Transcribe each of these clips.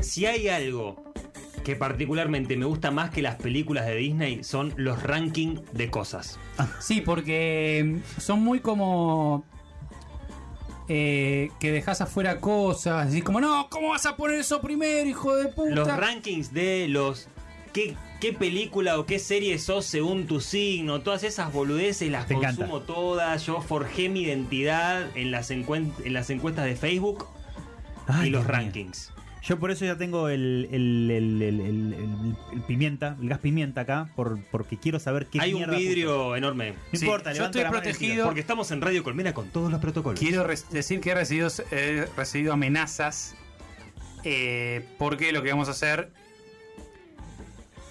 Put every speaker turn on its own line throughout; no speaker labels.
si hay algo que particularmente me gusta más que las películas de Disney son los rankings de cosas.
Sí, porque em, son muy como. eh, que dejas afuera cosas. Decís como, no, ¿cómo vas a poner eso primero, hijo de puta?
Los rankings de los. ¿Qué, qué película o qué serie sos según tu signo? Todas esas boludeces las
Te encanta.
consumo todas. Yo forjé mi identidad en las, encuen- en las encuestas de Facebook
Ay,
y los
Dios mío.
rankings.
Yo por eso ya tengo el, el- el- el- el- el- el pimienta, el gas pimienta acá, por, porque quiero saber qué
Hay un
mierda
vidrio enorme.
puse. No
Sí,
importa,
yo
levanto
estoy
la mano y
protegido.
tiro.
Porque estamos en Radio Colmena con todos los protocolos.
Quiero res- decir que he recibido, he recibido amenazas. eh, porque lo que vamos a hacer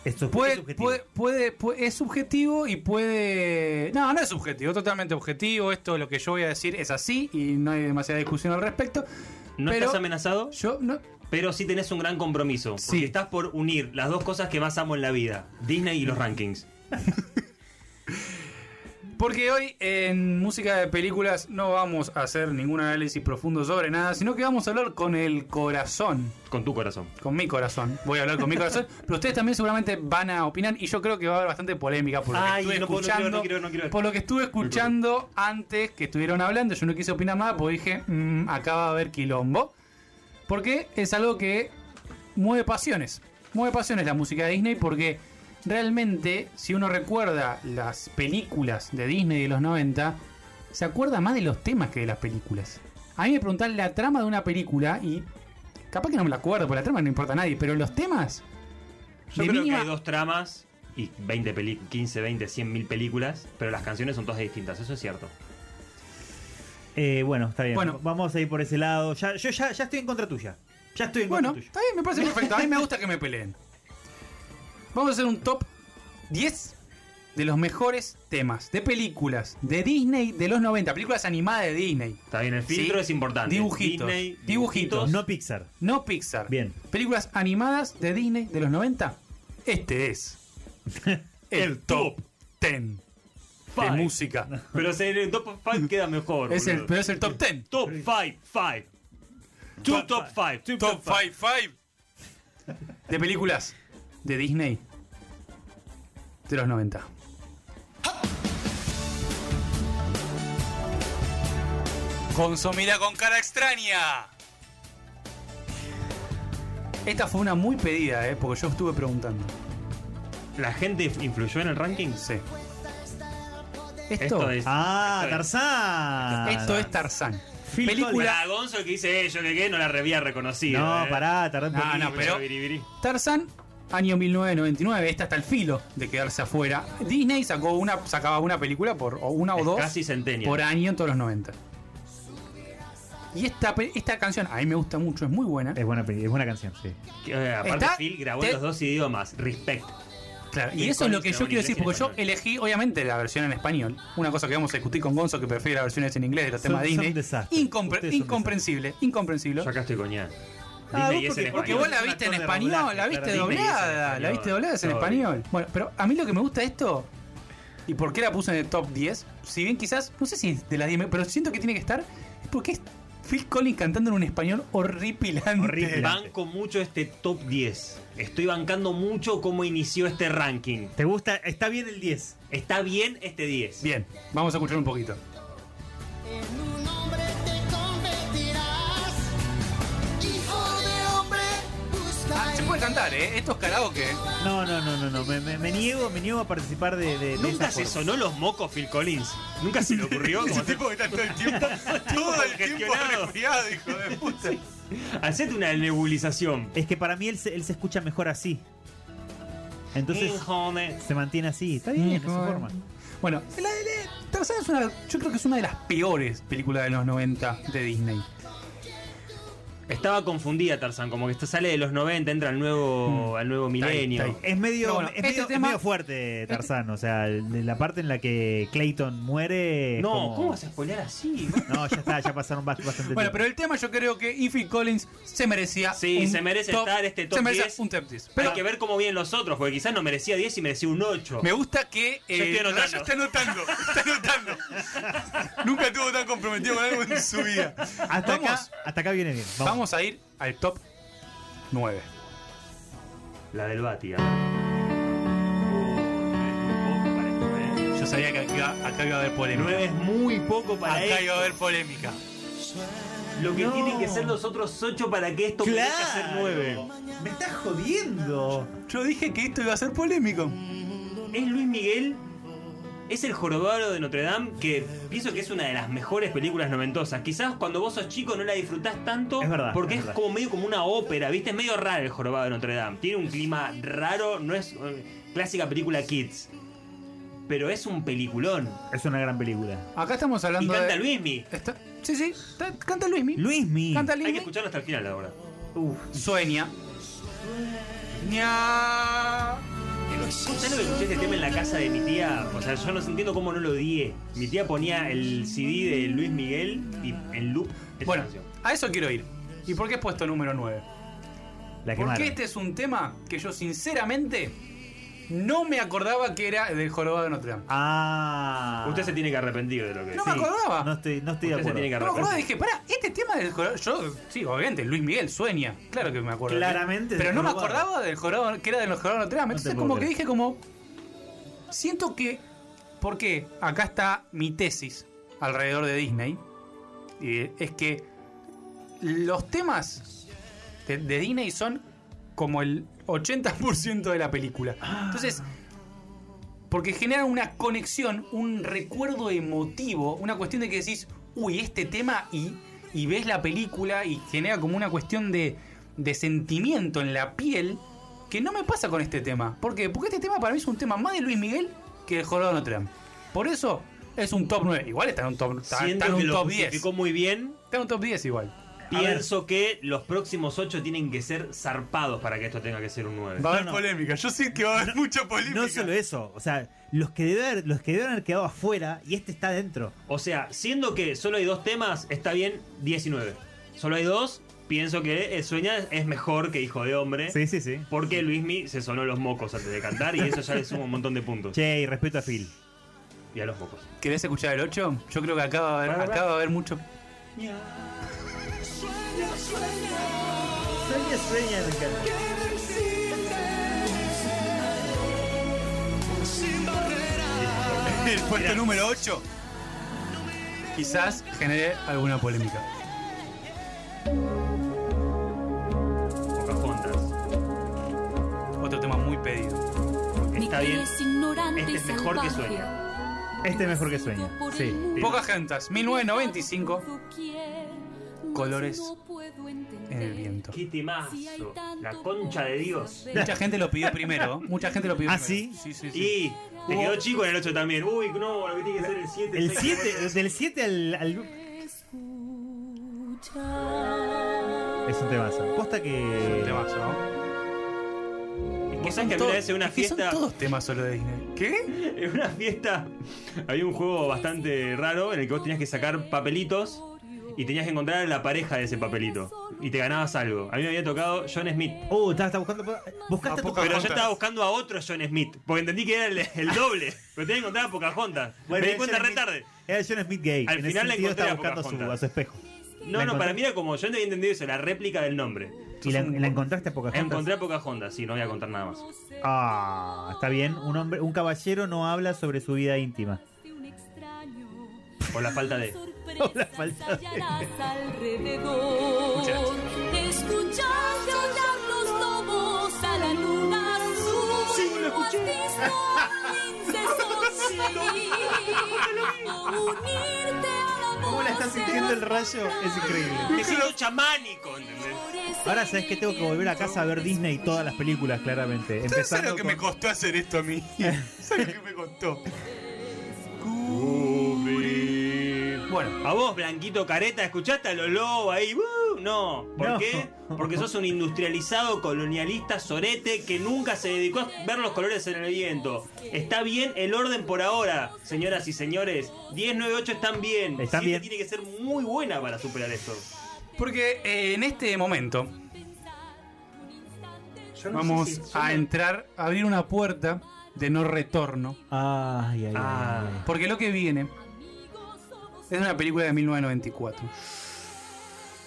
Esto es
puede,
subjetivo.
puede- puede- puede- es subjetivo y puede. No, no es subjetivo, totalmente objetivo. Esto, lo que yo voy a decir, es así y no hay demasiada discusión al respecto.
¿No
pero
estás amenazado?
Yo no.
Pero sí tenés un gran compromiso. Porque
Sí.
estás por unir las dos cosas que más amo en la vida: Disney y los rankings.
Porque hoy en música de películas no vamos a hacer ningún análisis profundo sobre nada, sino que vamos a hablar con el corazón,
Con tu corazón.
con mi corazón. Voy a hablar con mi corazón, pero ustedes también seguramente van a opinar y yo creo que va a haber bastante polémica por lo
Ay,
que estuve
no puedo, no
escuchando.
quiero, no quiero, no quiero.
Por lo que estuve escuchando antes que estuvieron hablando, yo no quise opinar nada porque dije, "Mm, acá va a haber quilombo. Porque es algo que mueve pasiones. Mueve pasiones la música de Disney porque realmente, si uno recuerda las películas de Disney de los 90, se acuerda más de los temas que de las películas. A mí me preguntan la trama de una película y capaz que no me la acuerdo, porque la trama no importa a nadie, pero los temas...
Yo
de
creo
mínima-
que hay dos tramas y 20 peli 15, 20, 100 mil películas, pero las canciones son todas distintas, eso es cierto.
Eh, bueno, está bien.
Bueno.
Vamos a ir por ese lado. Ya, yo ya, ya estoy en contra tuya. Ya estoy en
Bueno,
contra
está
tuya.
bien, me parece perfecto. A mí me gusta que me peleen. Vamos a hacer un top 10 de los mejores temas de películas de Disney de los 90, películas animadas de Disney.
Está bien, el filtro
Sí.
es importante.
Dibujitos.
Disney,
Dibujitos.
No Pixar.
No Pixar.
Bien.
Películas animadas de Disney de los 90. Este es el top 10 de
Five.
música.
Pero en el top 5 queda mejor.
Es el,
boludo.
pero es el top 10.
Top 5, 5. Two top 5. Two top 5.
5 de películas de Disney de los 90. Consumida con cara extraña. Esta fue una muy pedida, ¿eh? porque yo estuve preguntando.
¿La gente influyó en el ranking?
Sí. Esto,
Esto es.
Ah,
esto es-
Tarzán.
esto es Tarzán.
Phil
película
Para Gonzo que dice, eh, yo que qué, no la revía reconocido.
No,
eh.
pará, tardé un
No, Ah,
poquito.
no, pero- Tarzan, año 1999, esta está al filo de quedarse afuera. Disney sacó una, sacaba una película por o una o
Es
dos
casi centennial.
por año en todos los 90. Y esta, pe- esta canción a mí me gusta mucho, es muy buena.
Es buena, peli- es buena canción, sí.
Que, eh, aparte,
Está-
Phil grabó
te-
en los dos idiomas. Respect.
Claro, y
Bien,
eso es lo que yo
con
quiero
inglés y
decir, porque yo
español.
elegí, obviamente, la versión en español. Una cosa que vamos a discutir con Gonzo, que prefiere las versiones en inglés de los
Son-
temas
son
Disney.
desastres.
Incompre-
Ustedes son
incomprensible, incomprensible.
Yo acá estoy coñado.
Ah,
Disney
vos
es en
porque-
Porque
español.
vos la
Es un
viste en
actor de
español,
doblaje,
la viste
claramente.
doblada,
Sí, es
la
en
viste
español.
doblada es en
Sorry.
español. Bueno, pero a mí lo que me gusta esto, y por qué la puse en el top 10, si bien quizás, no sé si es de las 10, pero siento que tiene que estar, es porque es Phil Collins cantando en un español horripilante.
Horrible.
Banco mucho este top 10. Estoy bancando mucho cómo inició este ranking.
¿Te gusta? Está bien el 10.
Está bien este 10.
Bien, vamos a escuchar un poquito.
En un hombre te convertirás. Hijo de hombre, busca.
Ah, se puede cantar, ¿eh? Esto es karaoke.
No, no, no, no, no. Me, me- me niego, me niego a participar de. de- de
Nunca
esa
se
forma.
sonó los mocos Phil Collins. Nunca se le ocurrió. como hacer-
que está todo el tiempo, todo
el tiempo
resfriado, hijo de puta.
Hacete una nebulización.
Es que para mí él se, él se escucha mejor así.
Eh,
Entonces
Híjole.
se mantiene así. Está bien, es su
Mejor.
forma.
Bueno, la de Tarzán es una, yo creo que es una de las peores películas de los 90 de Disney.
Estaba confundida Tarzan, como que esto sale de los 90, entra al nuevo, al nuevo
Mm. Está ahí,
milenio.
está
Es medio,
Pero bueno,
es,
este
medio, es
tema- este
medio fuerte Tarzán, o sea, de la parte en la que Clayton muere. es
No,
como-
¿cómo vas a spoilear así?
No, ya está, ya pasaron bast- bastante
Bueno,
tiempo.
pero el tema yo creo que y Phil Collins se merecía.
Sí, se merece estar este top
Se merece
10.
un top 10.
Pero
Pero
hay que ver cómo vienen los otros, porque quizás no merecía 10 y merecía un 8.
me gusta que.
Yo estoy anotando.
Rayo está anotando. Está anotando. Nunca estuvo tan comprometido con algo en su vida.
hasta,
vamos,
acá, hasta acá viene bien.
vamos a ir al top 9.
La del Bati.
Yo sabía que acá, iba- acá iba a haber polémica.
9 es muy poco para
Acá iba a
esto.
haber polémica.
Lo que tienen que ser los otros 8 para que esto
Claro.
merezca ser 9.
Me estás jodiendo.
Yo dije que esto iba a ser polémico.
¿Es Luis Miguel? ¿Es el jorobado de Notre Dame? Que pienso que es una de las mejores películas noventosas. Quizás cuando vos sos chico no la disfrutás tanto.
Es verdad,
Porque
es
es,
verdad.
como medio como una ópera, ¿viste? Es medio raro el jorobado de Notre Dame. Tiene un clima raro, no es eh, clásica película kids. Pero es un peliculón.
Es una gran película.
Acá estamos
Y
hablando
canta
de.
Luismi.
Está- Sí, sí. ta- Canta Luismi.
Luismi.
Canta
Hay que
Luismi.
escucharlo hasta el final, la verdad.
Sueña. Sueña.
¿Sabes lo que escuché este tema en la casa de mi tía? O sea, yo no entiendo cómo no lo odié. Mi tía ponía el CD de Luis Miguel y en loop esa
Bueno,
canción.
a eso quiero ir. ¿Y por qué he puesto número 9?
La
Porque
quemaron.
este es un tema que yo sinceramente no me acordaba que era del jorobado de Notre Dame.
Ah.
Usted se tiene que arrepentir de lo que
No
dice.
me acordaba.
No estoy, no estoy
Usted se
de acuerdo.
tiene que
No me acordaba,
arrepentir.
dije, pará, este tema del jorobado. Yo, sí, obviamente, Luis Miguel sueña. Claro que me acuerdo.
Claramente
Pero
del
no me
jorobado.
acordaba del jorobado, que era del jorobado de Notre Dame.
No te
Entonces,
puedo
como que
creer.
dije, como. Siento que. ¿Por qué? Acá está mi tesis alrededor de Disney. Y es que los temas de, de Disney son como el 80% de la película.
Ah.
Entonces, porque generan una conexión, un recuerdo emotivo, una cuestión de que decís, uy, este tema y, y ves la película y genera como una cuestión de, de sentimiento en la piel que no me pasa con este tema. ¿Por qué? Porque este tema para mí es un tema más de Luis Miguel que de Jorobado de Notre Dame. Por eso es un top 9. Igual está en un top, está,
Siento
está en
que
un
lo
top 10.
justificó muy bien.
Está en un top 10 igual.
Pienso que los próximos 8 tienen que ser zarpados para que esto tenga que ser un 9.
Va a haber
no.
polémica. Yo sé que va a haber mucha polémica.
No solo eso, o sea, los que, debe haber- los que debieron haber quedado afuera y este está dentro.
O sea, siendo que solo hay dos temas, está bien 19. Solo hay dos, pienso que el Sueña es mejor que Hijo de Hombre.
Sí, sí, sí.
Porque Luismi se sonó los mocos antes de cantar y eso ya le suma un montón de puntos.
Che, y respeto a Phil.
Y a los mocos.
¿Querés escuchar el 8? Yo creo que acá va a haber,
Para, para.
acá va a haber mucho.
Sueña, sueña, Ricardo.
El puesto número 8. Quizás genere alguna polémica.
Pocahontas.
Otro tema muy pedido.
Está bien.
Este
Este es mejor que Sueña.
Este es mejor que sueña. Sí.
Pocas gentas, 1995. Colores en el viento.
Qué temazo. La concha de Dios.
Mucha gente lo pidió primero. ¿eh? Mucha gente lo pidió
¿Ah,
primero.
sí?
Sí, sí, sí.
Y te quedó chico en el 8 también. Uy, no, lo que tiene que ser el 7.
El 7, del 7 al, al- Es un temazo. Posta que.
Temazo, ¿no?
Que sabes que había una vez en una
Es que
fiesta.
Son todos temas solo de Disney. ¿Qué?
En una fiesta había un juego bastante raro en el que vos tenías que sacar papelitos y tenías que encontrar a la pareja de ese papelito. Y te ganabas algo. A mí me había tocado John Smith.
Uh, está, está buscando. Buscaste
Pero
A poca-
a tu
yo
Pocahontas.
estaba buscando a otro John Smith, porque entendí que era el, el doble. Pero tenía que encontrar a Pocahontas. me
Bueno,
di
era
cuenta
John
re
Smith-
tarde.
Era John Smith gay.
Al
en
final
ese
la
sentido
encontré
estaba
a
buscando a su,
Pocahontas.
a su espejo.
No,
¿La
no, para
encontré?
mí era como yo no había entendido eso, la réplica del nombre.
¿Y la, la encontraste a Pocahontas?
Encontré a Pocahontas, sí, no voy a contar nada más.
Ah, está bien. Un hombre, un caballero no habla sobre su vida íntima.
Por la falta de.
la falta de-
alrededor. Escuchar cantar los lobos a la luna azul. Sí, lo escuché.
¿Cómo la está sintiendo el rayo? Es increíble.
Me siento chamánico, ¿entendés?
Ahora sabes que tengo que volver a casa a ver Disney y todas las películas, claramente. Empezando con...
costó hacer esto a mí? ¿Sabes lo que me costó? Bueno,
A vos, Blanquito Careta, escuchaste a los lobos ahí. ¡uh! No, ¿por
No.
qué? Porque sos un industrializado colonialista sorete que nunca se dedicó a ver los colores en el viento. Está bien el orden por ahora, señoras y señores. 10, 9, 8 están bien.
Están
Siete
bien.
Tiene que ser muy buena para superar esto.
porque eh, en este momento vamos a entrar, a abrir una puerta de no retorno.
Ay, ay, ay.
Ah,
Porque lo que viene es una película de 1994.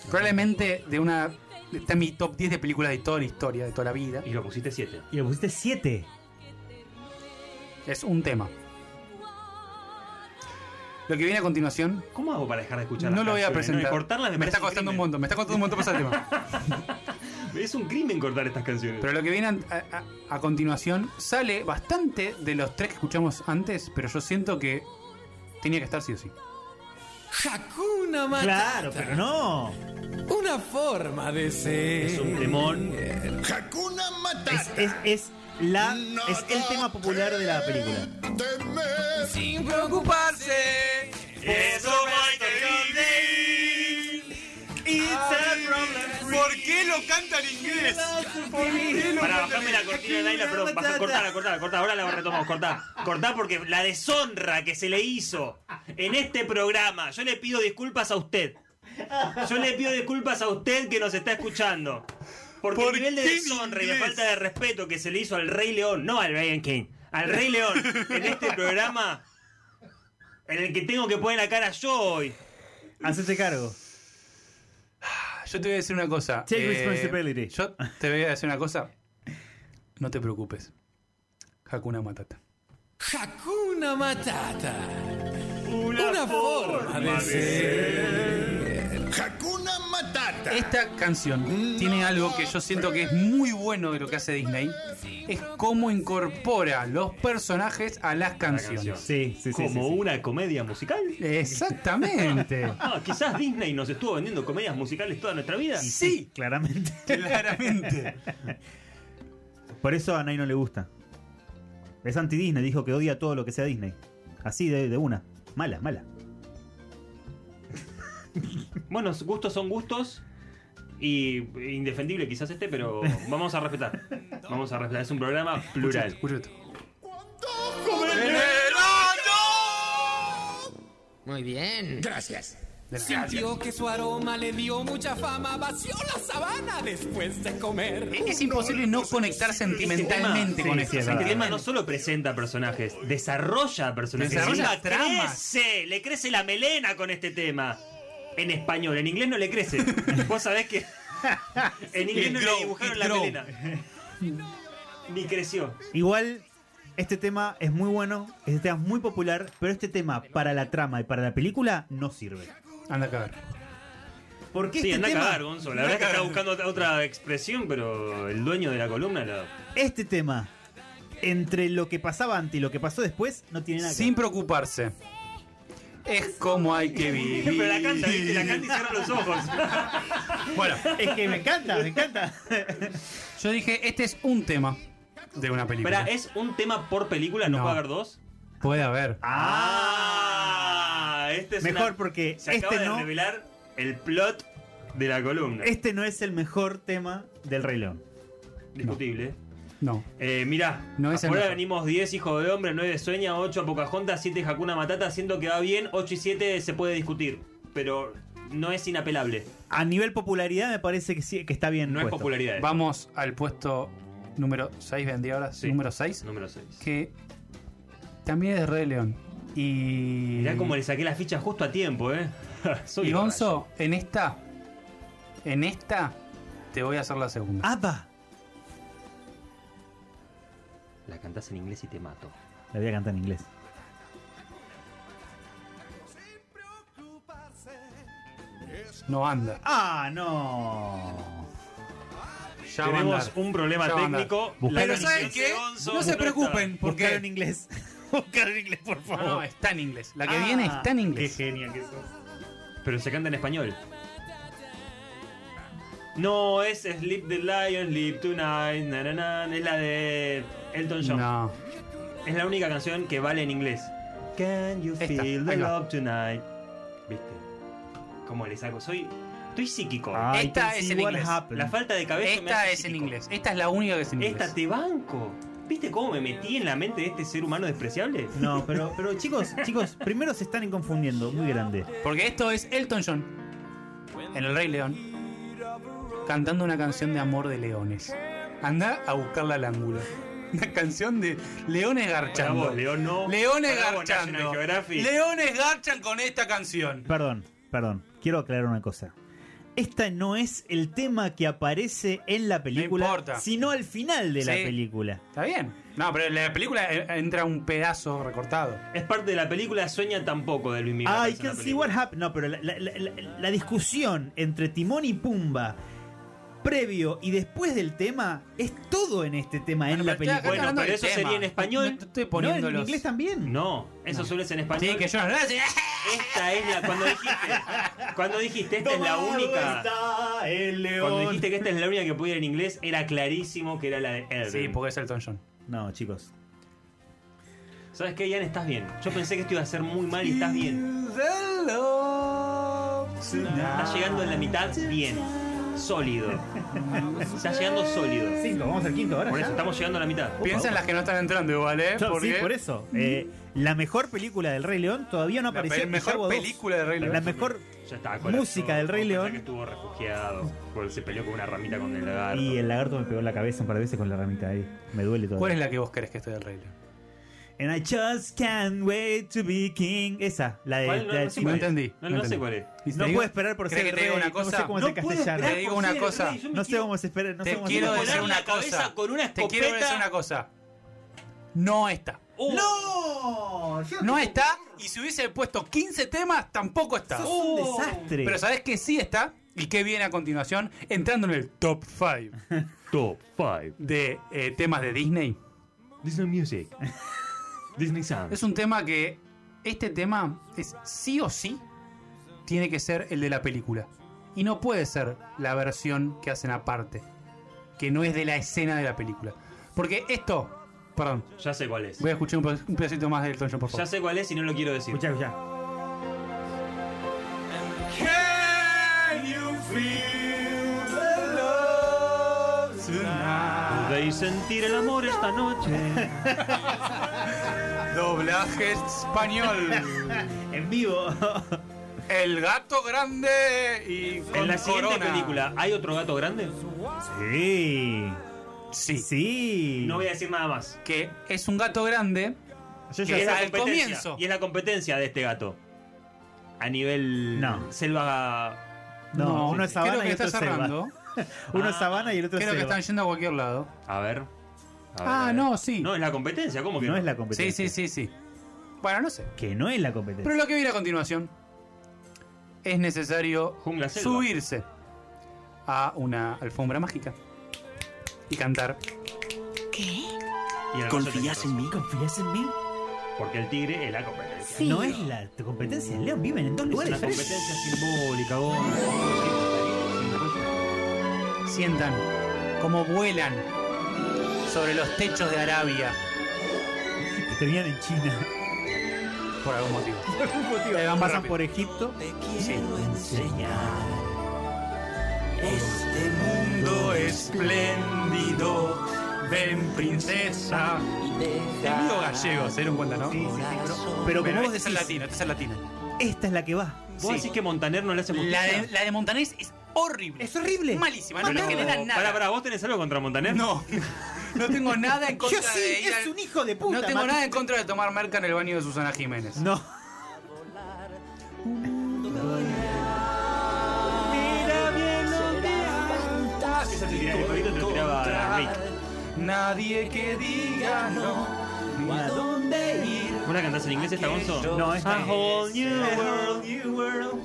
Probablemente de una Está en mi top 10 de películas de toda la historia, de toda la vida.
Y lo pusiste 7.
Y le pusiste 7.
Es un tema. Lo que viene a continuación
¿Cómo hago para dejar de escuchar
no
las
lo voy a
canciones, no? Y
presentar.
cortarlas me,
me está
parece un
costando un
crimen.
montón, me está costando un montón pasar el tema.
Es un crimen cortar estas canciones.
Pero lo que viene a, a- a continuación sale bastante de los tres que escuchamos antes, pero yo siento que tenía que estar sí o sí.
Hakuna Matata.
Claro, pero no.
Una forma de ser.
es un temón.
Hakuna Matata.
Es, es, es la,
Nada
es el tema popular de la película.
temer.
Sin preocuparse.
Eso
¿Por qué lo canta en inglés?
Para bajarme la cortina de Naila, perdón, baja, cortala, cortala, cortala, ahora la retomamos, cortá, cortá porque la deshonra que se le hizo en este programa, yo le pido disculpas a usted, yo le pido disculpas a usted que nos está escuchando, porque el
¿Por
nivel de
qué en
deshonra y de
inglés?
falta de respeto que se le hizo al Rey León, no al Ryan King, al Rey León en este programa en el que tengo que poner la cara yo hoy.
Hacete cargo.
Yo te voy a decir una cosa. eh,
Take responsibility.
Yo te voy a decir una cosa. No te preocupes. Hakuna Matata.
Hakuna Matata. Una, forma
Ah,
de ser.
Hakuna Matata.
Esta canción tiene algo que yo siento que es muy bueno de lo que hace Disney. Es cómo incorpora los personajes a las canciones.
Sí, sí, sí.
Como
sí, sí.
una comedia musical.
Exactamente.
Ah, quizás Disney nos estuvo vendiendo comedias musicales toda nuestra vida.
Sí,
Claramente.
claramente.
Por eso a Nay no le gusta. Es anti-Disney, dijo que odia todo lo que sea Disney. Así de, de una. Mala, mala.
Bueno, gustos son gustos. Y indefendible quizás este, pero vamos a respetar. Vamos a respetar. Es un programa plural.
Escucha esto.
Muy bien.
Gracias.
Sintió que su aroma le dio mucha fama. Vació la sabana después de comer.
Es imposible no conectar sentimentalmente
Este
con
tema-
esto.
sí, El tema no solo presenta personajes, desarrolla personajes.
Desarrolla
Encima
tramas.
Crece, le crece la melena con este tema. En español, en inglés no le crece. Vos sabés que en inglés
It
no
grow,
le dibujaron
it
la
grow.
melena. Ni creció.
Igual, este tema es muy bueno, este tema es muy popular, pero este tema para la trama y para la película no sirve.
Anda a cagar.
¿Por qué
Sí,
este
anda
tema?
a cagar, Gonzo. La verdad es que está buscando otra- otra expresión, pero el dueño de la columna lo.
Este tema, entre lo que pasaba antes y lo que pasó después, no tiene nada que
Sin preocuparse. Es como hay que vivir.
Pero la canta, ¿viste? La canta y cierra los ojos.
Bueno,
ver. Es que me encanta, me encanta.
yo dije, este es un tema de una película.
Espera, ¿es un tema por película? ¿No,
No.
puede haber dos?
Puede haber.
¡Ah! Este es
Ah. Mejor
una-
porque
Se acaba
este
de
no,
revelar el plot de la columna.
este no es el mejor tema del Rey León.
Discutible.
No.
Eh, mirá,
No es el
por ahora
mejor.
venimos 10 hijos de hombre, 9 sueña, 8 a Pocahontas, 7 Hakuna Matata, siento que va bien, 8 y 7 se puede discutir, pero no es inapelable,
A nivel popularidad me parece que sí, que está bien.
no
puesto.
es popularidad.
Vamos al puesto número 6, vendría ahora.
Sí.
Número 6.
Número 6.
Que también es de Rey León. Y.
Mirá cómo le saqué la ficha justo a tiempo, eh. Soy
Y
un
Gonzo, en esta. En esta. Te voy a hacer la
Ah.
segunda.
¡Apa!
rayo. La cantás en inglés y te mato.
La voy a cantar en inglés.
No anda.
¡Ah, no!
Ya va a
Tenemos
andar.
un problema
Ya va a andar.
técnico.
Buscá-
la
Pero
conexión
¿saben
de
qué?
Gonzo
No se
está.
preocupen,
Buscar en
porque...
inglés. Buscar en inglés, por
No,
favor.
no, está en inglés. La que
Ah,
viene está en inglés.
Qué genia que sos.
Pero se canta en español. No, es Sleep the Lion, Sleep Tonight, na, na, na, es la de Elton John.
No.
Es la única canción que vale en inglés. Can you
Esta,
feel the
ahí va.
love tonight? ¿Viste? ¿Cómo le saco? Soy. Estoy psíquico.
Ah, I
Esta
can
es
see
en
what
inglés.
happened.
la falta de cabeza. me
Esta
hace
es en
psíquico.
inglés. Esta es la única que es en inglés.
Esta te banco. ¿Viste cómo me metí en la mente de este ser humano despreciable?
No, pero, pero chicos, chicos, primero se están confundiendo, muy grande.
Porque esto es Elton John. En El Rey León. Cantando una canción de amor de leones. Anda a buscarla al ángulo. Una canción de leones
Para
garchando.
vos, León, no.
Leones
Para vos, National
garchando.
Geographic.
Leones garchan con esta canción.
Perdón, perdón, quiero aclarar una cosa. Esta no es el tema que aparece en la película,
importa.
sino al final de la
Sí.
película.
Está bien. No, pero en la película eh, entra un pedazo recortado.
Es parte de la película Sueña tampoco de Luis Miguel.
Ah, I
aparece en
can
la
see
película.
what happened. No, pero la, la- la- la- la discusión entre Timón y Pumba, previo y después del tema, es todo en este tema, en la película.
Bueno,
hablando
pero
del
eso sería en español.
No te estoy
No, en
poniéndolos.
inglés también.
No, eso suele ser en español.
Sí, que yo no lo sé.
Esta es la. Cuando dijiste. Cuando dijiste esta es la
Tomado
única.
está el
Cuando
león.
dijiste que esta es la única que pudiera en inglés, era clarísimo que era la de Elven.
Sí, porque es Elton John.
No, chicos.
¿Sabes qué, Ian? Estás bien. Yo pensé que esto iba a ser muy mal y estás bien. Estás llegando en la mitad bien. Sólido. Estás llegando sólido.
Cinco, vamos al quinto ahora.
Por
ya.
eso estamos llegando a la mitad.
Piensa en las que no están entrando igual, ¿eh?
Yo, sí,
Porque
por eso. Eh, la mejor película del Rey León todavía no
La
apareció.
pe-
en
mejor
Chicago 2.
película del Rey León.
La mejor.
Ya está,
Música del Rey
Pensá
León.
que estuvo refugiado. porque Se peleó con una ramita con el lagarto.
Y el lagarto me pegó en la cabeza un par de veces con la ramita ahí. Me duele todo.
¿Cuál es la que vos querés que esté del Rey León?
And I just can't wait to be king. Esa, la de.
¿Cuál?
la de-
sé
No
cuál es.
entendí,
No,
no
no sé
entendí.
cuál es.
¿Y te
No
digo-
puedo esperar por
¿Querés
ser
que te diga
rey,
una
No
cosa?
sé cómo es
No
en
puedo
castellano.
esperar
Te digo
por
una
ser
cosa.
rey, yo me
No sé
quiero-
cómo se espera. No sé
Te
cómo
quiero
se
decir
volar
una
la cabeza
cosa.
con una
Te quiero
escopeta.
decir una cosa. No está.
Oh,
¡No! Yo
No está. Y si hubiese puesto 15 temas, tampoco está.
Es un desastre.
Uh, Pero sabés que sí está y que viene a continuación entrando en el top 5
Top 5.
de eh, temas de Disney.
Disney Music. Disney Sound.
Es un tema que este tema es sí o sí tiene que ser el de la película y no puede ser la versión que hacen aparte, que no es de la escena de la película. Porque esto, perdón,
Ya sé cuál es.
voy a escuchar un, pe- un pedacito más de Elton John, por
Ya
favor.
sé cuál es y no lo quiero decir.
Escuchá, escuchá.
Podéis sentir el amor esta noche.
Doblaje español.
En vivo.
El gato grande y con
En la siguiente
corona.
película, ¿hay otro gato grande?
sí.
Sí.
Sí.
No voy a decir nada más.
Que es un gato grande.
Yo ya
Que es
sé.
la
al
competencia,
comienzo.
Y es la competencia de este gato. A nivel
No.
selva.
No, uno es sabana
Creo que
y
está
otro es selva.
cerrando.
Uno
Ah,
es sabana y el otro es
Creo que
selva.
están yendo a cualquier lado.
A ver. A ver, a
Ah,
ver.
no, sí.
No, es la competencia, ¿cómo que
No es la competencia.
Sí, sí, sí, sí. Bueno, no sé.
Que no es la competencia.
Pero lo que viene a continuación es necesario
Jungla selva.
subirse a una alfombra mágica y cantar.
¿Qué?
Y el
¿Confías
gato
en mí?
¿Confías en mí?
Porque el tigre es la competencia.
Sí.
No es la competencia. León viven en dos
Es
lugares
una
diferentes.
competencia simbólica, vos.
Sientan como vuelan sobre los techos de Arabia
Que tenían en China.
por algún motivo.
Eh, van
muy
pasan
rápido.
por Egipto.
Sí.
Este
mundo espléndido, ven princesa. El mío gallego, era un cuenta, ¿no?
Pero como
Pero
vos
esta es
decís,
el latino, esta es el latino.
esta es la que va.
Vos decís que Montaner no le hace
La
justicia.
de, la de Montanés es horrible.
Es horrible.
Malísima, no
Pero-
me genera nada.
Pará, pará, ¿vos tenés algo contra Montaner?
No, no tengo nada en contra
Yo sí,
de ir
es
al-
un hijo de puta.
No tengo
Mati.
nada en contra de tomar marca en el baño de Susana Jiménez.
No.
Esa te tiraba el jueguito, te lo tiraba Rick.
Nadie que diga no, ni a dónde ir.
¿Vos la cantás en inglés esta, Gonzo?
No, esta
Ah, A whole new world, new world.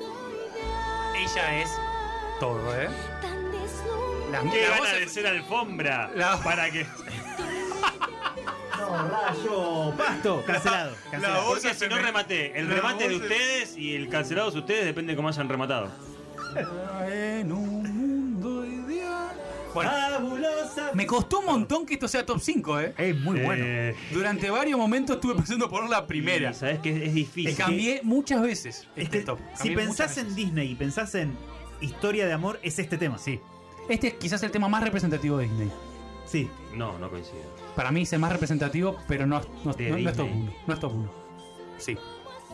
Ella es todo, ¿eh?
Tan desnudo.
Las
Qué
la voz
gana de
es-
ser alfombra.
La-
Para que...
No, rayo.
Pasto. Cancelado.
La
cancelado.
voz
Porque
es
si no
femi-
remate, el
la
remate de
voz es-
ustedes y el cancelado de ustedes depende de cómo hayan rematado.
En un mundo ideal. Bueno,
Fabulosa.
me costó un montón que esto sea top 5, ¿eh?
Es muy bueno.
Eh,
Durante varios momentos estuve pensando poner la primera.
y Sabes que es
Te
difícil.
cambié muchas veces
Es
este
que
top.
si
Cambié
pensás
muchas
en
veces.
Disney y pensás en historia de amor, es este tema.
Sí. Este es quizás el tema más representativo de Disney.
Sí.
No, no coincido.
Para mí es el más representativo, pero no, no,
De
no- no es top
Disney.
1. No es top 1. Sí.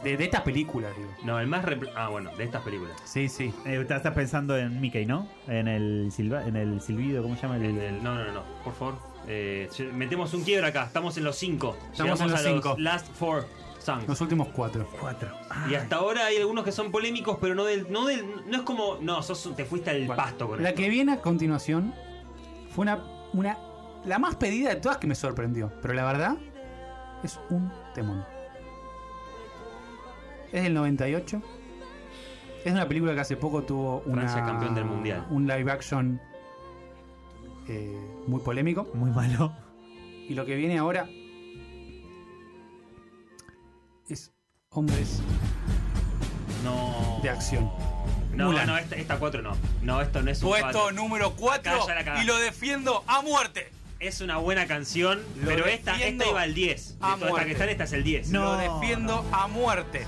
De, de estas películas, digo.
No, el más... repre- Ah, bueno, de estas películas.
Sí, sí.
Eh, estás estás pensando en Mickey, ¿no? En el, silba, en el silbido, ¿cómo se llama? El-
El- el- no, no, no, por favor. Eh, metemos un quiebra acá. Estamos en los 5.
Estamos en los cinco.
Last four. Sang.
Los últimos cuatro.
Cuatro.
Y hasta ahora hay algunos que son polémicos, pero no del. No, del, no es como. No, sos, te fuiste al
Bueno,
pasto con
La
esto.
que viene a continuación fue una, una. La más pedida de todas que me sorprendió. Pero la verdad, es un temón. Es del 98. Es una película que hace poco tuvo una.
Francia campeón del mundial.
Un live action eh, muy polémico.
Muy malo.
Y lo que viene ahora es hombres
No.
de acción.
No,
Mulan.
no, esta, esta cuatro no. No, esto no es un
Puesto
cuatro.
número
Acá
4
ya la cagaste.
y lo defiendo a muerte.
Es una buena canción,
Lo
pero esta,
defiendo
esta iba al 10. De
a
todas estas
muerte.
que están, esta es el 10.
No,
lo defiendo a muerte.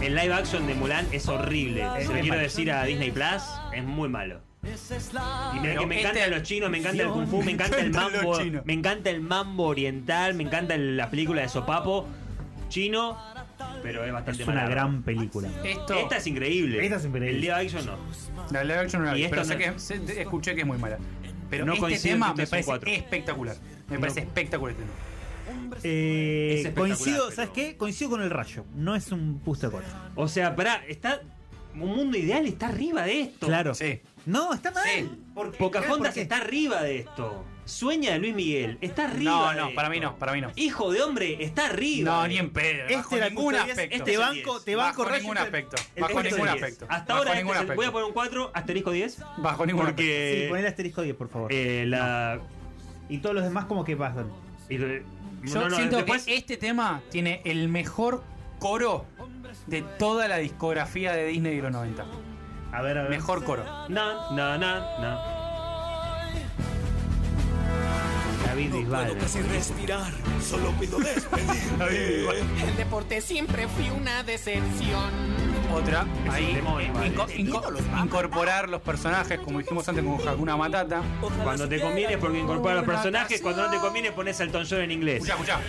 El live action de Mulan es horrible. Se lo
es
quiero
malo.
decir a Disney Plus, es muy malo. Y mira
Pero
que me
este-
encantan los chinos, me encanta el kung fu, me encanta el
encantan los
mambo,
chinos.
me encanta el mambo oriental, me encanta el- la película de Sopapo chino, pero es bastante
Es una
mala.
gran película.
Esto,
Esta es increíble.
Esta es increíble.
El live action no.
la live action no la
Y
vi,
esto
pero
no
sé
es-
que, sé- de- escuché que es muy mala. Pero
No
este
coincido en
tema
que
me
esto es
parece
un cuatro.
espectacular. Me
No.
parece espectacular este tema.
Eh,
Es espectacular,
coincido,
pero-
¿sabes qué? Coincido con el rayo. No es un puesto corto.
O sea, pará, está. Un mundo ideal está arriba de esto.
Claro.
Sí.
No, está mal.
Sí.
Porque-
Pocahontas
porque-
está arriba de esto. Sueña de Luis Miguel está arriba.
No,
de
no, para
esto.
mí no, para mí no.
Hijo de hombre está arriba.
No,
de
ni en pedo.
Este
bajo
era el
ningún
que querías-
aspecto.
este
Te
es el
banco,
10.
te banco,
bajo
rayo,
ningún
te-
aspecto.
El
Bajo
texto es
ningún
10.
aspecto.
Hasta
bajo
ahora este
ningún
es el- voy a
aspecto.
poner un 4, asterisco 10.
Bajo ningún aspecto.
Porque.
Sí, poné el asterisco 10, por favor.
eh, la.
y todos los demás como que pasan.
y lo-
Yo
no, no,
siento
después-
que este tema tiene el mejor coro de toda la discografía de Disney de los 90.
A ver, a ver.
Mejor coro.
No, no, no, no. David Bisbal.
respirar, solo pido despedirme. El deporte siempre fue una decepción.
Otra,
Es
ahí
un demonio, vale.
inco- inco- incorporar los personajes, como dijimos antes con Hakuna Matata.
Cuando te conviene es porque incorpora los personajes, cuando no te conviene pones al John en inglés.
Escuchá, escuchá.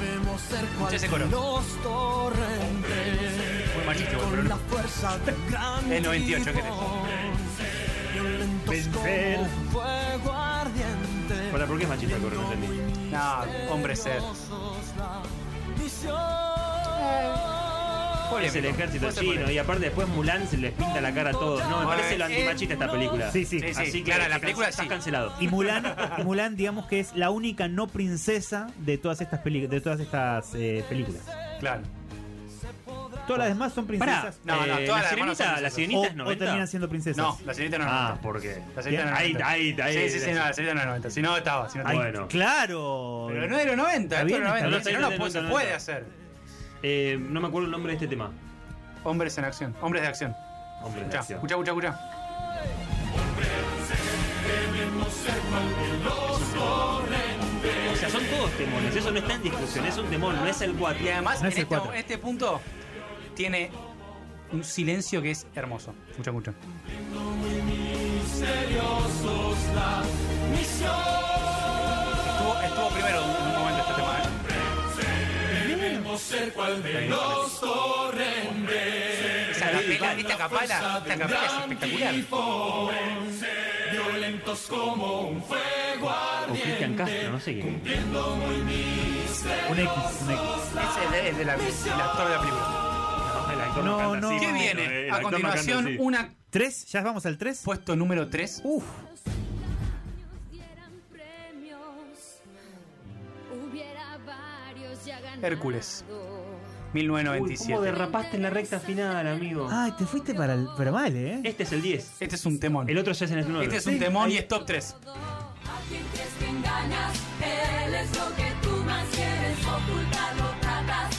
Debemos ser
Escuchá ese coro.
los torrentes.
Muy machista, igual, pero
Con la
no.
fuerza de un gran
El 98 que tenés.
tifón, Violentos
Vencer.
como fuego ardiente.
Para, ¿por qué es machista el coro? No entendí.
No, hombre ser.
Gloriosos la misión.
Es el ejército chino y aparte después Mulan se les pinta la cara a todos. No, me
Bueno,
parece lo
eh,
antimachista esta película.
Sí, sí.
Sí, sí.
Así que
Clara, la
estás-
película
estás
sí.
cancelado.
Y Mulan, y Mulan, digamos que es la única no princesa de todas estas, peli- de todas estas eh, películas.
Claro.
Todas las demás son
Pará,
princesas.
No, no,
eh,
todas
la
las demás no son
sirenita, la
princesas.
sirenita es
o, o
90.
terminan siendo princesas.
No, la señorita no es
Ah,
90.
porque.
La señorita no es
Ahí,
90.
ahí, ahí.
Sí, sí, sí, no, la señorita no es 90. Si no, estaba. Si no,
Ay,
estaba.
bueno.
Claro.
Pero no era 90,
Está
esto
bien,
era 90.
está
bien.
Si no, no, puede- se puede
90.
hacer.
Eh, no me acuerdo el nombre de este tema.
Hombres en acción, hombres de acción.
Hombre,
Escucha,
gracias.
escucha, escucha, escucha.
O sea, son todos temones. Eso no está en discusión. Es un temón, no es el 4.
Y además,
No
en
es el
este,
cuatro.
este punto tiene un silencio que es hermoso. Escucha, escucha. Estuvo, estuvo primero en un momento este tema, ¿eh? Esa capela, esta capela, esta capela es espectacular.
O Cristian Castro, no sé quién.
Un X, un X.
Ese es, de- es de la- el actor de la película.
El actor
No,
canta
no.
así,
¿Qué
bueno,
eh,
viene?
el
A
actor no canta
continuación,
así.
una
¿Tres? ¿Ya vamos al tres?
puesto número 3.
Uf.
dieran premios, hubiera varios ya ganado.
Hércules.
Uy, ¿Cómo
1997.
derrapaste en la recta final, amigo?
Ah.
Ay, te fuiste para el. Pero mal, ¿eh?
Este es el 10.
Este es un temón.
El otro ya es en el 9.
Este es un temón y es top 3.
A quien crees que engañas, él es lo que tú más quieres ocultarlo, tratas.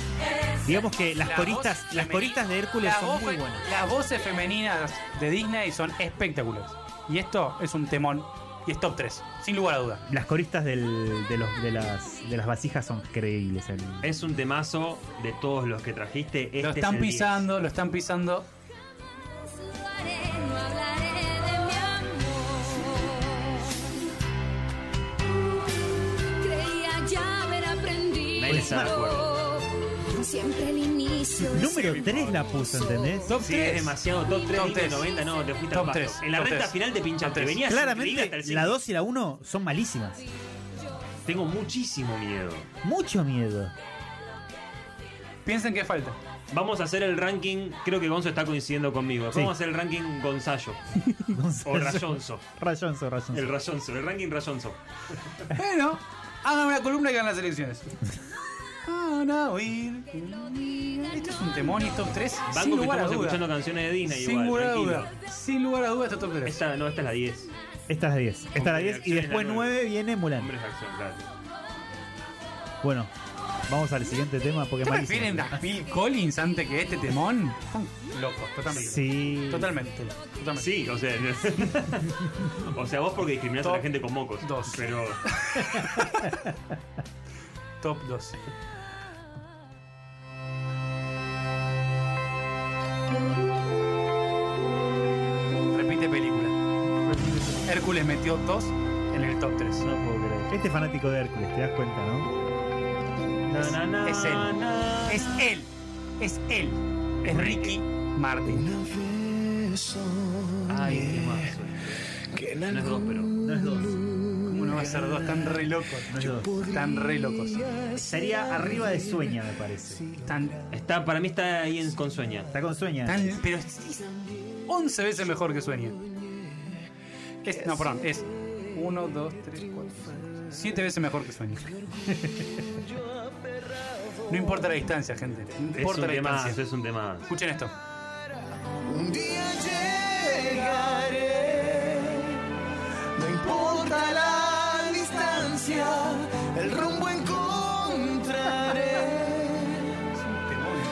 Es
Digamos que las
La
coristas,
voz
las
femenina-
coristas de Hércules
la
son
voz
muy
fe-
buenas.
Las voces femeninas de Disney son espectaculares. Y esto es un temón y es top 3, sin lugar a duda.
Las coristas del- de, los, de, las, de las vasijas son creíbles. el-
Es un temazo de todos los que trajiste. Este
lo están
es el 10.
pisando, lo están pisando.
lo haré, no hablaré de mi amor. Creía ya haber aprendido.
Nadie está de
Siempre el inicio. es
Número 3 la puso, ¿entendés?
Top
Sí,
3.
es demasiado. Top 3,
Top
20,
tres.
90, no, te fuiste
Top
al pasto.
tres,
En la
top
recta
tres.
final te
Top
pinchaste.
tres.
Venías increíble hasta
Claramente,
el
la
5.
2 y la 1 son malísimas.
Tengo muchísimo miedo.
Mucho miedo.
Piensen que falta.
Vamos a hacer el ranking, creo que Gonzo está coincidiendo conmigo. Después
Sí.
Vamos a hacer el ranking Gonzallo. o Rayonzo.
Rayonzo, Rayonzo.
El Rayonzo, el ranking Rayonzo.
Bueno, hagan una columna y ganan las elecciones. Ahora oír. Esto es un temón y es top 3.
Banco
sin
que
lugar a
estamos escuchando
duda.
canciones de Disney
Sin
igual,
lugar a
tranquilo.
duda. Sin lugar a duda, esto es top 3.
Esta, no, esta es la 10.
Esta es la 10. Esta es la 10 y
Acción es la
después
nueve.
9 viene Mulan.
Hombres de acción, claro.
Bueno, vamos al siguiente tema porque
¿Qué
malísimo.
prefieren a Bill Collins antes que este temón? Están locos, totalmente.
Sí.
Totalmente. totalmente.
Sí, o sea. o sea, vos porque discriminás a la
Top
gente con mocos.
dos.
Pero.
Top 2. Repite película. Hércules metió 2 en el top 3.
No puedo creer. Este es fanático de Hércules, te das cuenta, ¿no?
Es,
es él. Es él. Es él. Es Ricky Martin.
Ay, qué mazo. No es dos, pero.
No es dos.
¿Cómo no va a ser dos tan re locos?
No es dos.
Tan re locos.
Estaría arriba de sueña, me parece.
Tan,
Está, para mí está ahí en, con sueña.
Está con sueña.
tan, pero es 11 veces mejor que Sueña. Es- no, perdón, es 1, 2, 3, 4, 7 veces mejor que Sueña. No importa la distancia, gente. No
Es
importa
un
la
tema,
distancia.
es un tema.
Escuchen esto.
Un día llegaré, no importa la distancia, el rumbo encontraré.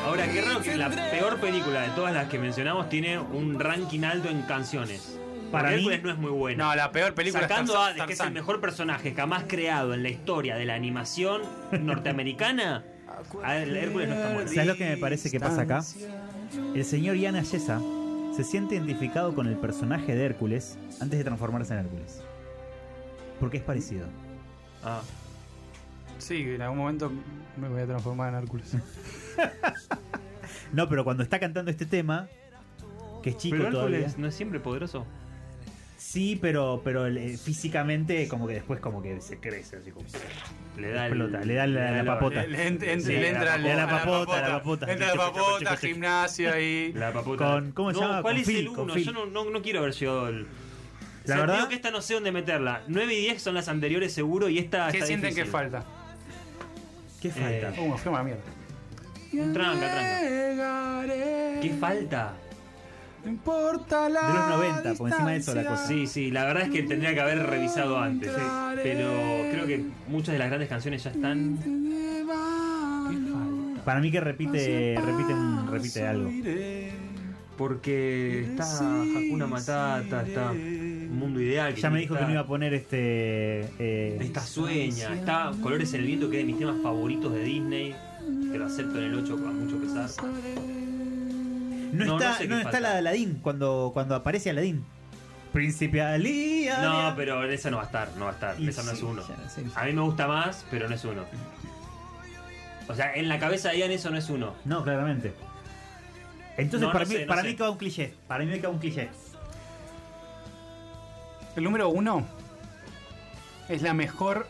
Ahora, qué raro que la peor película de todas las que mencionamos tiene un ranking alto en canciones.
Para
Para
mí-
Hércules no es muy buena.
No, la peor película es
Sacando a
Tarzán-
Hades, que es el
Tarzán.
mejor personaje jamás creado en la historia de la animación norteamericana, a- el Hércules no está bueno.
¿Sabes lo que me parece que pasa acá? El señor Ian Ayesa se siente identificado con el personaje de Hércules antes de transformarse en Hércules. Porque es parecido.
Ah,
Sí, en algún momento me voy a transformar en Hércules.
No, pero cuando está cantando este tema, que es chico
pero
todavía.
Hércules no es siempre poderoso.
Sí, pero, pero eh, físicamente como que después como que se crece, así como...
Le da, el-
Explota, le da la- la
lo-
papota.
Le, le ent- ent-
Sí,
le
la
entra al-
papota,
a
la papota, la papota.
Entra la
Checa, checa, checa,
papota,
checa.
gimnasio ahí.
La papota.
Con- ¿cómo se
No,
llama?
¿Cuál
Con
es
Phil,
el
con
1?
Phil.
Yo no, no- no quiero haber llegado el.
La
O sea,
verdad-
digo que esta no sé dónde meterla. 9 y 10 son las anteriores seguro y esta
¿Qué
está
sienten que
difícil.
falta?
¿Qué falta?
Eh,
Uh, me fui a la mierda.
Tranca, tranca.
Llegaré.
¿Qué falta?
No importa la
De los 90, por encima de eso la cosa.
Sí, sí, la verdad es que tendría que haber revisado antes.
Sí.
Pero creo que muchas de las grandes canciones ya están.
Para mí que repite, repite, un- repete algo.
Porque está Hakuna Matata, está Mundo Ideal.
Ya me dijo que
está-
no iba a poner este... eh,
Está Sueña, está Colores en el Viento, que es de mis temas favoritos de Disney. Que lo acepto en el 8 con mucho pesar.
No,
No,
está,
no sé qué
no está
falta.
la de Aladdin cuando, cuando aparece Aladdin. Príncipe Ali.
No, pero esa no va a estar, no va a estar.
Y
esa no
sí,
es uno.
ya, sí, sí.
A mí me gusta más, pero no es uno. O sea, en la cabeza de Ian eso no es uno.
No, claramente. Entonces
No,
para,
no
mí,
sé, no
para
sé.
mí queda un cliché. Para mí me queda un cliché.
El número uno es la mejor.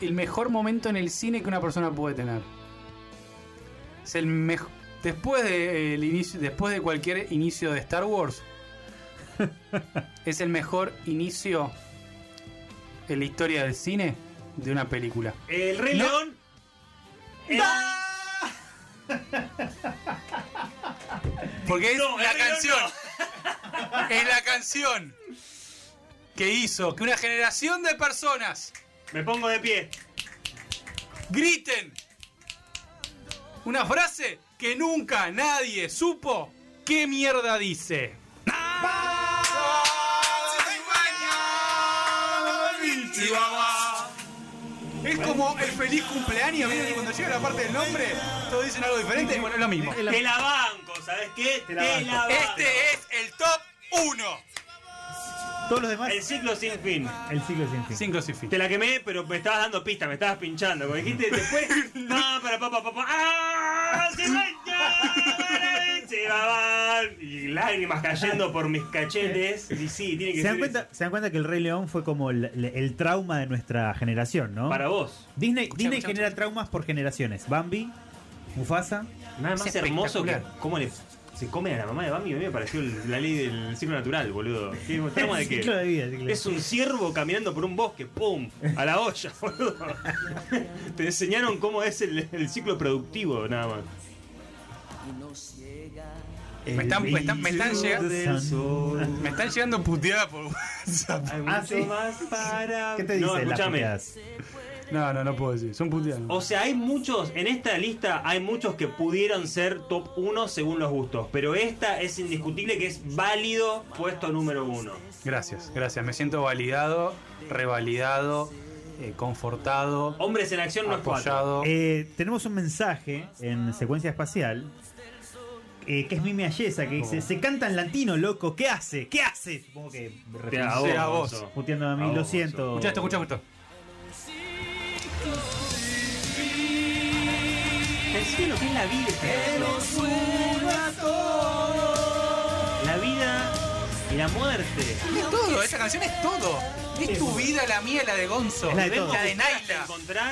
El mejor momento en el cine que una persona puede tener. Es el mejor. Después de, el inicio, después de cualquier inicio de Star Wars, es el mejor inicio en la historia del cine de una película.
El Rey
No.
León. El-
Porque es
No, el
la
Rey León
canción. Es la canción que hizo que una generación de personas
Me pongo de pie.
griten una frase que nunca nadie supo qué mierda dice. Es como el feliz cumpleaños, ¿vieron? Y cuando llega la parte del nombre, todos dicen algo diferente y bueno, es lo mismo.
Te la banco, ¿sabes qué? Te
la banco.
la banco.
Este es el top 1.
Todos los demás.
El ciclo sin fin.
El ciclo sin fin.
Sin crucifijo.
Te la quemé, pero me estabas dando pista, me estabas pinchando. Como dijiste después. ¡Ah, para papá, papá! ¡Ah! ¡Se se baban y lágrimas cayendo por mis cachetes. Y sí, tiene que
Eh. ¿Se
ser.
dan, cuenta, se dan cuenta que el Rey León fue como el, el trauma de nuestra generación, ¿no?
Para vos.
Disney,
Escuchá,
Disney
escuchá,
genera traumas por generaciones. Bambi, Mufasa.
eso. Nada más
Es
hermoso que
espectacular.
cómo le, se come a la mamá de Bambi. A mí me pareció el- la ley del ciclo natural, boludo. ¿Qué, trauma de qué?
Ciclo de vida, ciclo de
Es un ciervo caminando por un bosque, ¡pum! A la olla, boludo. Te enseñaron cómo es el, el ciclo productivo, nada más.
Me están, me están, me están llegando.
del sol.
Me están llegando puteadas por WhatsApp.
Ah, mucho sí. más para- ¿Qué te No, dice la escúchame. puteadas?
No, no, no puedo decir. Son puteadas.
O sea, hay muchos, en esta lista hay muchos que pudieron ser top 1 según los gustos, pero esta es indiscutible que es válido puesto número 1.
Gracias, gracias. Me siento validado, revalidado, eh, confortado.
Oh,
Hombres en acción no es
apoyado.
Eh, tenemos un mensaje en secuencia espacial eh, que es Mimi Ayesa que dice: Se canta en latino, loco, ¿qué hace? ¿Qué hace? Supongo que
a
refiriéndose
vos,
a
Gonzo.
Puteando a
A
mí,
vos,
lo
Gonzo.
siento.
Escucha esto, escucha esto.
lo que es la vida.
Que nos una todo.
La vida y la muerte.
Es todo, esa canción es todo. Es tu vida, la mía, la de Gonzo.
Es la de todos.
Naila.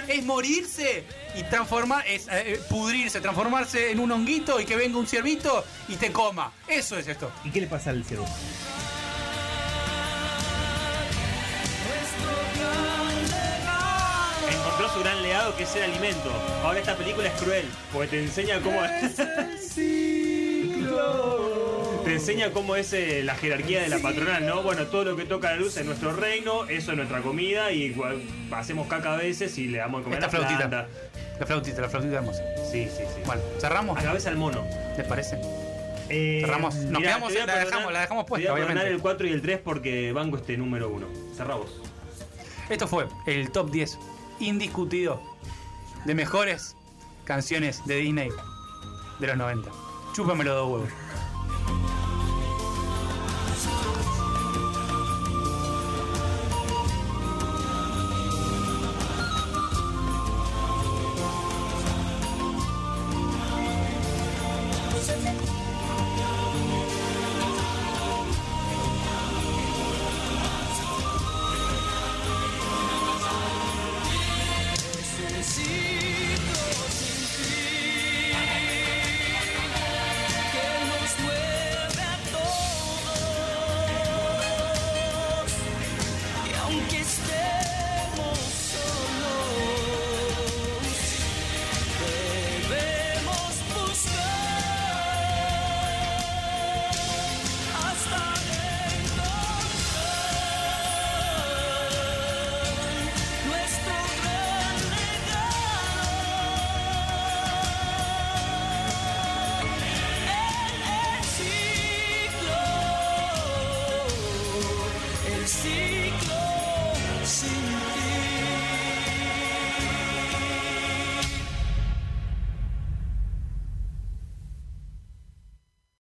Es morirse y transformar, es eh, eh, pudrirse, transformarse en un honguito y que venga un ciervito y te coma. Eso es esto.
¿Y qué le pasa al ciervo?
Encontró su gran legado que es el alimento. Ahora esta película es cruel, porque te enseña cómo te enseña cómo es eh, la jerarquía de la patronal, ¿no? Bueno, todo lo que toca la luz es nuestro reino, eso es nuestra comida y gua- hacemos caca a veces y le damos de comer
Esta
a la
flautita.
planta.
La flautita, la flautita hermosa.
Sí, sí, sí.
Bueno, cerramos.
A la vez al mono.
¿Les parece?
Eh,
Cerramos. Nos
mirá,
quedamos,
te voy a
la
perdonar-
dejamos, la dejamos
Te
puesta,
voy a perdonar
obviamente.
el 4 y el 3 porque banco este número 1. Cerramos.
Esto fue el top 10 indiscutido de mejores canciones de Disney de los 90. Chúpame los dos huevos.
Necesito sentir que nos mueve a todos y aunque estemos solos debemos buscar hasta encontrar nuestro gran legado en el ciclo, el ciclo sin